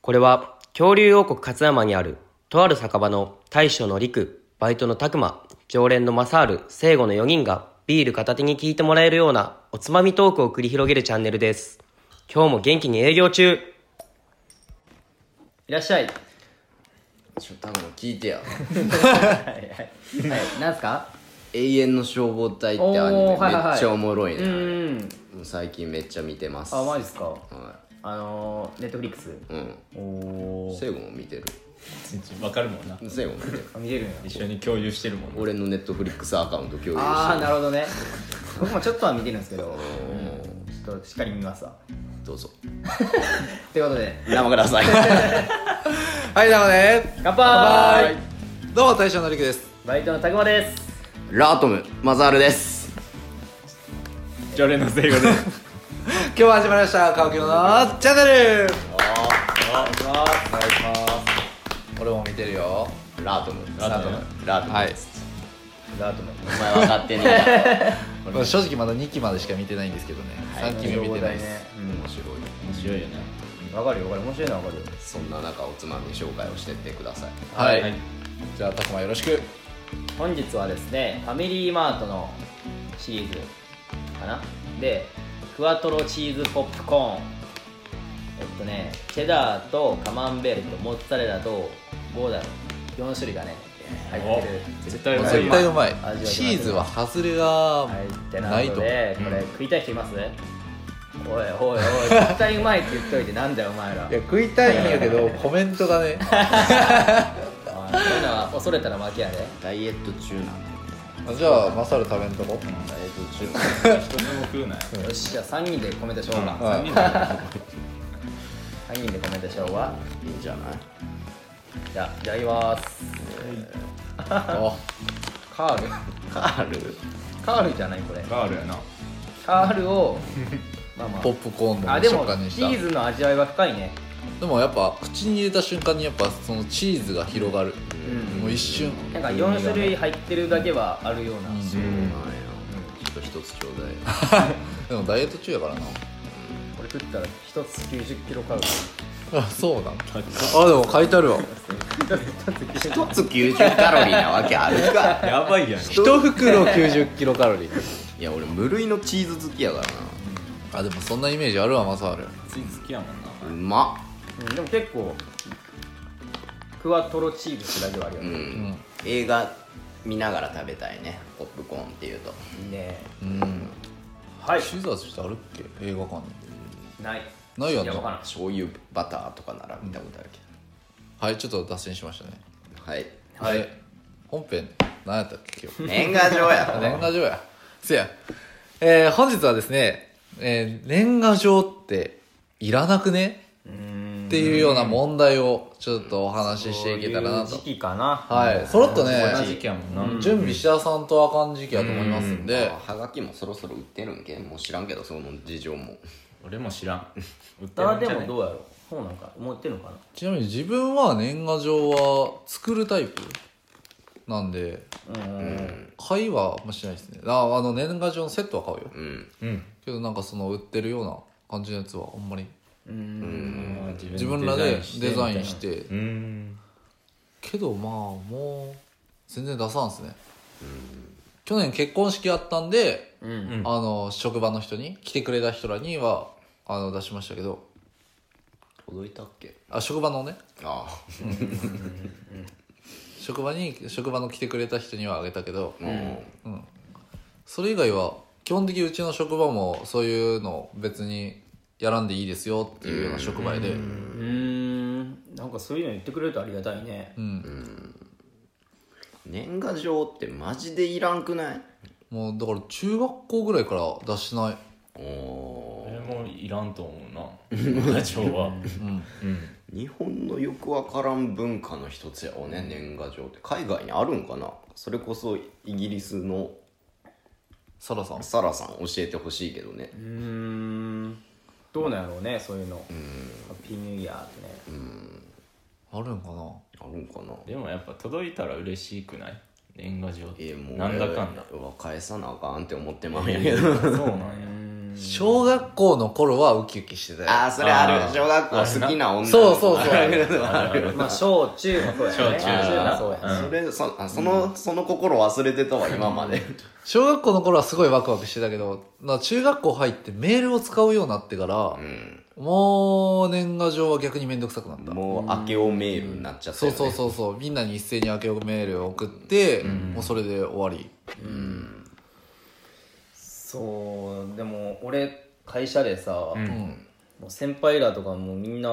これは恐竜王国勝山にあるとある酒場の大将の陸、バイトの拓磨、常連のマサール、聖護の4人がビール片手に聞いてもらえるようなおつまみトークを繰り広げるチャンネルです。今日も元気に営業中いらっしゃい。ちょ、多分聞いてや。はい、なんすか 永遠の消防隊ってアニメめおっーはいはいはいちゃおもろいね。うーんもう最近めっちゃ見てます。あマジジっすかはあのー、ネットフリックスい。うん。おおセイゴも見てる。わかるもんなセイゴも見てる。 見れるんや一緒に共有してるもんな俺のネットフリックスアカウント共有ああしなるほどね僕もちょっとは見てるんですけど、うんちょっとしっかり見ますわて。どうぞ。ということで生く ださい。 はい、どうもね。乾杯どうも、大将のりくです。バイトのたくまですラートム、マザールです。常連の聖護で今日は始まりました、カオキのチャンネル俺も見てるよ。ラートム。ラートム。ラートム。はい。ラートマンお前は勝手に。 面まあ正直まだ2期までしか見てないんですけどね、3期目見てないです、白い。面白いよねわ、かるよわかる面白いのはわかるよそんな中おつまみ紹介をしてってくださいはい、じゃあたくまよろしく本日はですねファミリーマートのシリーズかなでクワトロチーズポップコーンえっとねチェダーとカマンベールとモッツァレラとゴーダの4種類がね入ってるお絶対うまい絶対うまい味わいますチーズはハズレが入ってなないいとの思う、でこれ食いたい人います、おい おいおい絶対うまいって言っといてなんだよお前らいや食いたいんやけどコメントがねおいそういうのは恐れたら負けやでダイエット中なんだよじゃあマサル食べんとこダイエット中一つも食うなよよしじゃあ3人でコメントしようか、はい3人でコメントしようかいいんじゃないじゃあいただきますあカールカールカールじゃないこれガールやなカール をまあまポップコーンああのでも食感にしチたーズの味わいは深いねでもやっぱ口に入れた瞬間にやっぱそのチーズが広がる、うんもう一瞬なんか4種類入ってるだけはあるような、うんそうなんやちょっと一つちょうだいでもダイエット中やからなこれ食ったら1つ9 0キロカロリーあそうなんだあでも書いてあるわ一つ90カロリーなわけある かやばいやん1袋9 0キロカロリーいや俺無類のチーズ好きやからなあでもそんなイメージあるわマサルつい好きやもんうなまうん、でも結構クワトロチーズってだけはあるよっうね、ん映画見ながら食べたいねポップコーンっていうといいねうんはいシザーズってあるっけ映画館にないないよいねやわからん醤油バターとかなら見たことあるけはいちょっと脱線しましたねど はいはいで本編何やったっけ今日年賀状やあ年賀状やせやえー、本日はですね、えー、年賀状っていらなくねっていうような問題をちょっとお話ししていけたらなそうという時期かなはいそろっと同じね時期やもんな準備し田さんとあかん時期やと思いますんであはがきもそろそろ売ってるんけんもう知らんけどその事情も俺も知らん売ってあるんでじゃなもいどうやろうそうなんか持ってるのかなちなみに自分は年賀状は作るタイプなんで買いはあんましないですねああの年賀状のセットは買うようんうんけどなんかその売ってるような感じのやつはあんまりうん自分らでデザインしてうんけどまあもう全然出さんですね去年結婚式あったんで、うんあの職場の人に来てくれた人らにはあの出しましたけど届いたっけあ職場のねあ職場に職場の来てくれた人にはあげたけどあうんそれ以外は基本的にうちの職場もそういうの別にやらんでいいですよっていうような職場でうーんなんかそういうの言ってくれるとありがたいね、うん、年賀状ってマジでいらんくないもうだから中学校ぐらいから出してないお俺もいらんと思うな課長は日本のよくわからん文化の一つやおね年賀状って海外にあるんかなそれこそイギリスのサラさんサラさん教えてほしいけどねうーんどうなんやろうねそういうのハッピーニューイヤーってねあるんかなあるんかなでもやっぱ届いたら嬉しくない年賀状っえてー、もうなんだかんだうわ返さなあかんって思ってまうんやけど そうなんやうん小学校の頃はウキウキしてたよああそれああるー小学校好きな女の子そうそうそうあるあるまあ小中もそうやね小中もそうやねうんそれそあその、その心忘れてたわ今まで小学校の頃はすごいワクワクしてたけどな中学校入ってメールを使うようになってからう、んもう年賀状は逆に面倒くさくなったもう明けおメールになっちゃったそうよねそうそうそうみんなに一斉に明けおメールを送って、もうそれで終わりそうでも俺会社でさ、んうんもう先輩らとかもみんな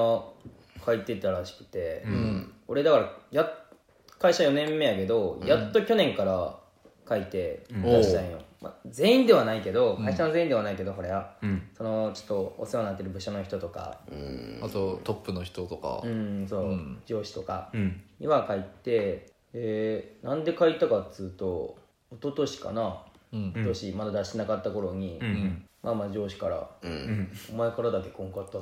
書いてたらしくて、うん俺だからやっ会社4年目やけど、やっと去年から書いて出したんよ、まあ、全員ではないけど会社の全員ではないけど、これはうんそのちょっとお世話になってる部署の人とかあとトップの人とかう、んそう、うん上司とかうんには書いて、えーなんで書いたかっつうと一昨年かなうん一昨年まだ出してなかった頃に、うんまあまあ上司からう、うんん「お前からだけこんかった」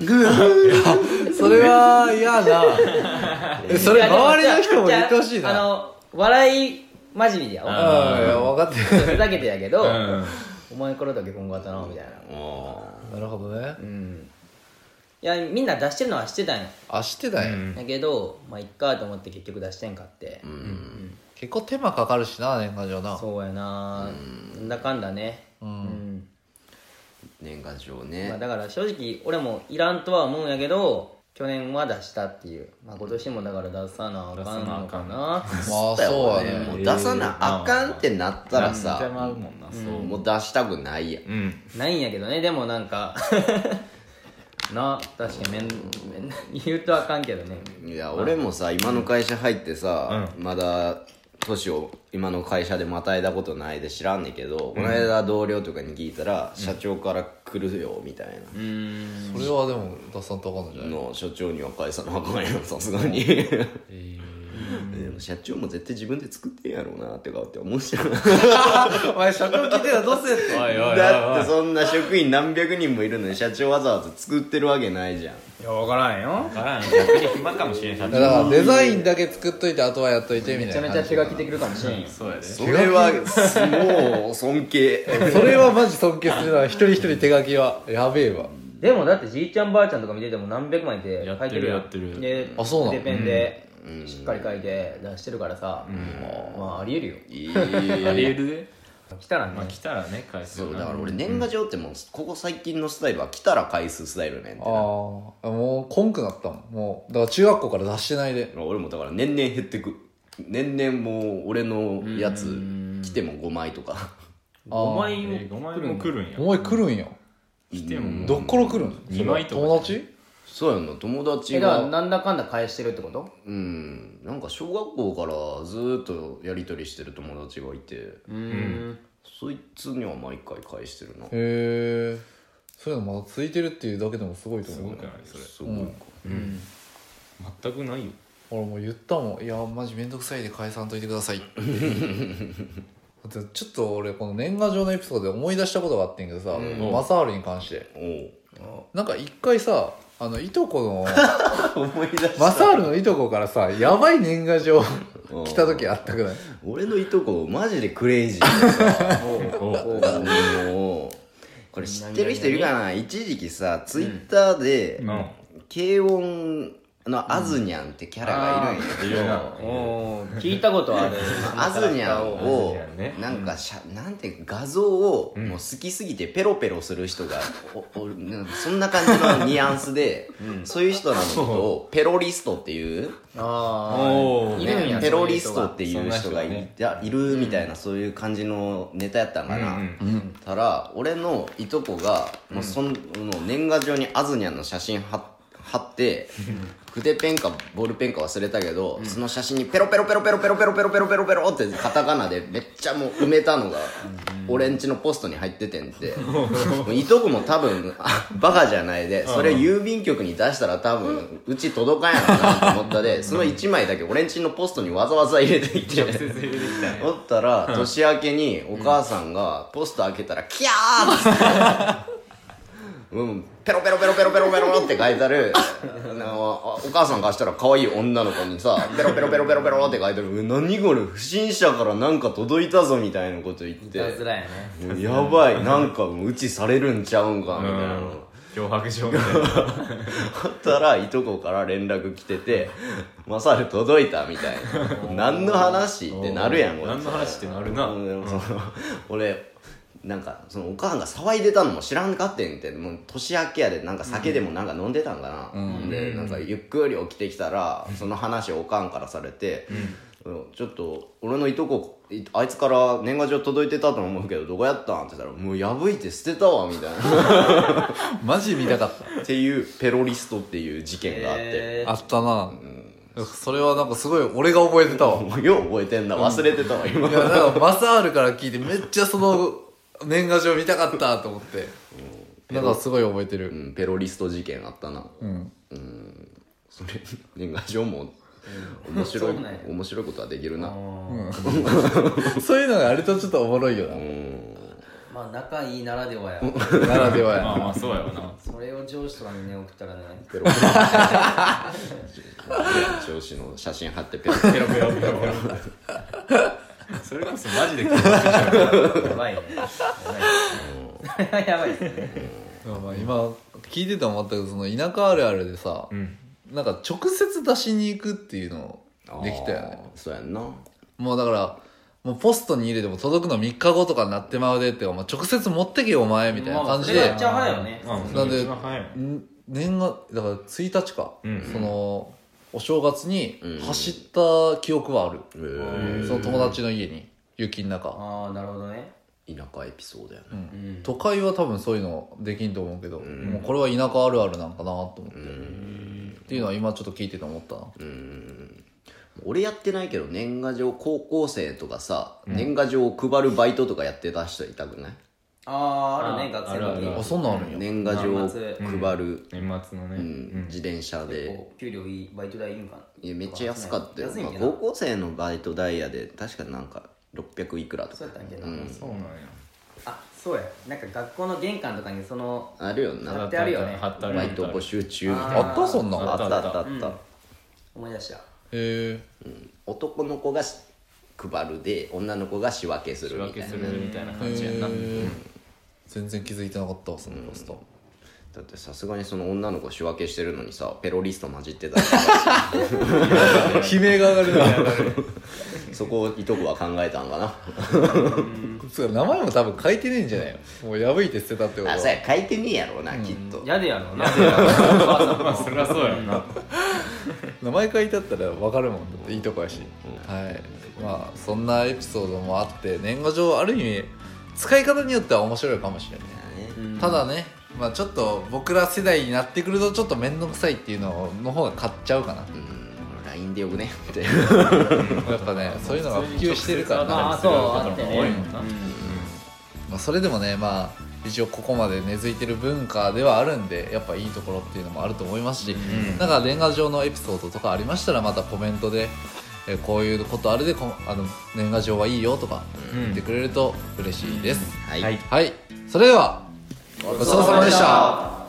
それは嫌な えそれ周りの人も言ってほしいあなの笑い混じりでやあわああいや分かってるふざけてやけど、うんお前からだけ今後あったなみたいなあなるほどねうんいやみんな出してるのはしてたんやあ知ってたんや、うんだけどまあいっかと思って結局出してんかってーうん結構手間かかるしな年賀状なそうやななんだかんだねううんん年賀状まあねだから正直俺もいらんとは思うんやけど去年は出したっていうまあ今年もだから出さなあかんのかなまあそうだよやもうね出さなあかんってなったら手間あさるもんなそうもう出したくないやんうんないんやけどねでもなんか な確かにめんめん言うとあかんけどねいや俺もさ今の会社入ってさ、まだ年を今の会社でまたいだことないで知らんねんけど、この間同僚とかに聞いたら、社長から来るよみたいそれはでも出さんとあかんのじゃなないのを所長には返さなあかんやんさすがに、 でも社長も絶対自分で作ってんやろうなってかって思うじゃんお前社長聞いてたらどうせっておいおいおいお いだってそんな職員何百人もいるのに社長わざわざ作ってるわけないじゃんいや分からんよわからん逆に暇かもしれん社だ長からデザインだけ作っといてあとはやっといてめみたちゃいめなちゃ感じ手書きできるかもしれんよそうやでそれはもう尊敬それはマジ尊敬するな一人一人手書きはやべえわでもだってじいちゃんばあちゃんとか見てても何百枚って書いてるやってるやってるであそうなの筆ペンでしっかり書いて出してるからさ、まあありえるよいいありえるで来たらね、まあ来たらね返すそようなだから俺年賀状ってもうここ最近のスタイルは来たら返すスタイルねんてあなあもうこんくなったもんもうだから中学校から出してないで俺もだから年々減ってく年々もう俺のやつ来ても5枚とか5枚もえー五枚も来るんやお前来るんや来てももうどっから来るん二枚とか友達そうやんな友達えだからがなんだかんだ返してるってことうんなんか小学校からずーっとやり取りしてる友達がいてうんそいつには毎回返してるなへえそういうのまだついてるっていうだけでもすごいとす思ごうくないそれすごいか全くないよ俺もう言ったもんいやマジめんどくさいで返さんといてくださいってだってちょっと俺この年賀状のエピソードで思い出したことがあってんけどさ、マサールに関しておうなんか一回さあのいとこの 思い出したマサールのいとこからさやばい年賀状うん来た時あったくない俺のいとこマジでクレイジーでさおうもう これ知ってる人いるかな一時期さツイッターで、うん軽音のアズニャンってキャラがいるんやけいど、るなおー聞いたことあるアズニャンをアズニャンねなんかしゃなんていうか画像をもう好きすぎてペロペロする人が、おおなんかそんな感じのニュアンスで、そういう人らのことをペロリストっていう、あおおいるんやね、ペロリストっていそういうう人人ががい,、そんな人ねいるみたいな、そういう感じのネタやったんかな、うんたら俺のいとこが、もうその年賀状にアズニャンの写真貼っ貼って筆ペンかボールペンか忘れたけど、その写真にペロペロペロペロペロペロペロペロペロペロってカタカナでめっちゃもう埋めたのが俺んちのポストに入っててんってもういとこも多分あバカじゃないでそれ郵便局に出したら多分うち届かんやろなと思ったでその1枚だけ俺んちのポストにわざわざ入れていて直接入れてきたん やおったら年明けにお母さんがポスト開けたら「キャー!」ってうん、ペロペロペロペロペロペロって書いてあるあのお母さんからしたら可愛い女の子にさペロペロペロペロペロって書いてあるう何これ不審者からなんか届いたぞみたいなこと言いってたずらやねもうやばいなんかもううちされるんちゃうんかみたいなの脅迫状みたいなあったらいとこから連絡来てて「マサル届いた」みたいな「何の話?」ってなるやん俺何の話ってなるなうんでもその 俺なんかそのお母さんが騒いでたのも知らんかってんってもう年明けやでなんか酒でもなんか飲んでたんかな、でなんかゆっくり起きてきたらその話をおかんからされて、うんちょっと俺のいとこいあいつから年賀状届いてたと思うけどどこやったんって言ったら「もう破いて捨てたわ」みたい なマジ見たかったっていうペロリストっていう事件があって、えあったな、それはなんかすごい俺が覚えてたわいもうよう覚えてんな忘れてたわ今、やなんかマサールから聞いてめっちゃその年賀状見たかったと思ってなんかすごい覚えてうるん、ペロリスト事件あったなうんそれ年賀状も面白いそうなんや面白いことはできるなそういうのがあるとちょっとおもろいよなまあ仲いいならではやならではまあやまあそうやわなそれを上司とかにね送ったらねペロペロ上司の写真貼ってペロペロペ ロペロペロペロ それこそマジで脅迫状やばいねやばいやばいですねまあまあ今聞いてて思ったけどその田舎あるあるでさ、うんなんか直接出しに行くっていうのできたよねあーそうやんなもうだから、もうポストに入れても届くの3日後とかになってまうでってか、もう直接持ってけよお前みたいな感じまあそれがでめっ、ちゃ早いよ ねまあまあなんで一番早いよん年が、だから1日か、うんその、お正月にうん走った記憶はある。へその友達の家に、雪の中。ああなるほどねえ田舎エピソードやうな、ん都会は多分そういうのできんと思うけど、もうこれは田舎あるあるなんかなと思って。っていうのは今ちょっと聞いてて思ったな。俺やってないけど年賀状高校生とかさ、年賀状を配るバイトとかやってた人いたくないあああるねあ学生の時あるああ、るそんなんあるんや。年賀状を年末配る、年末のね、ううんん、自転車で、こう給料いいバイト代いいんかないやめっちゃ安かったよ、安いまんあやな高校生のバイト代やで確かなんか600いくらとそうかやったんやけどそうなんやあそうやなんか学校の玄関とかにそのあるよ貼なってあるよね貼ってあるバイト募集中みたいなあったそんなん。あへったあったあった、思い出したえ。男の子がし配るで女の子が仕分けす仕るみ分たけいなするみたいな感じやな、へー全然気づいてなかったわそのポスト、 だってさすがにその女の子仕分けしてるのにさペロリスト混じってたら悲鳴が上がるそこをいとこは考えたんかな そう名前も多分書いてねえんじゃないのもう破いて捨てたってことあはそや書いてねえやろうな、きっとやでやろうなまあそりゃそうやろな名前書いてあったら分かるもんだっていいとこやし、はいまあそんなエピソードもあって年賀状ある意味使い方によっては面白いかもしれない、ただねまあちょっと僕ら世代になってくるとちょっと面倒くさいっていうのの方が買っちゃうかなう、ん LINE で呼ぶねってやっぱねそういうのが普及してるからな、まあそうあってね多いもんな、うんまあ、それでもねまあ一応ここまで根付いてる文化ではあるんでやっぱいいところっていうのもあると思いますし、なんか年賀状のエピソードとかありましたらまたコメントで、えーこういうことあるでこあの年賀状はいいよとか言ってくれると嬉しいです、はいはいそれではごちそうさまでした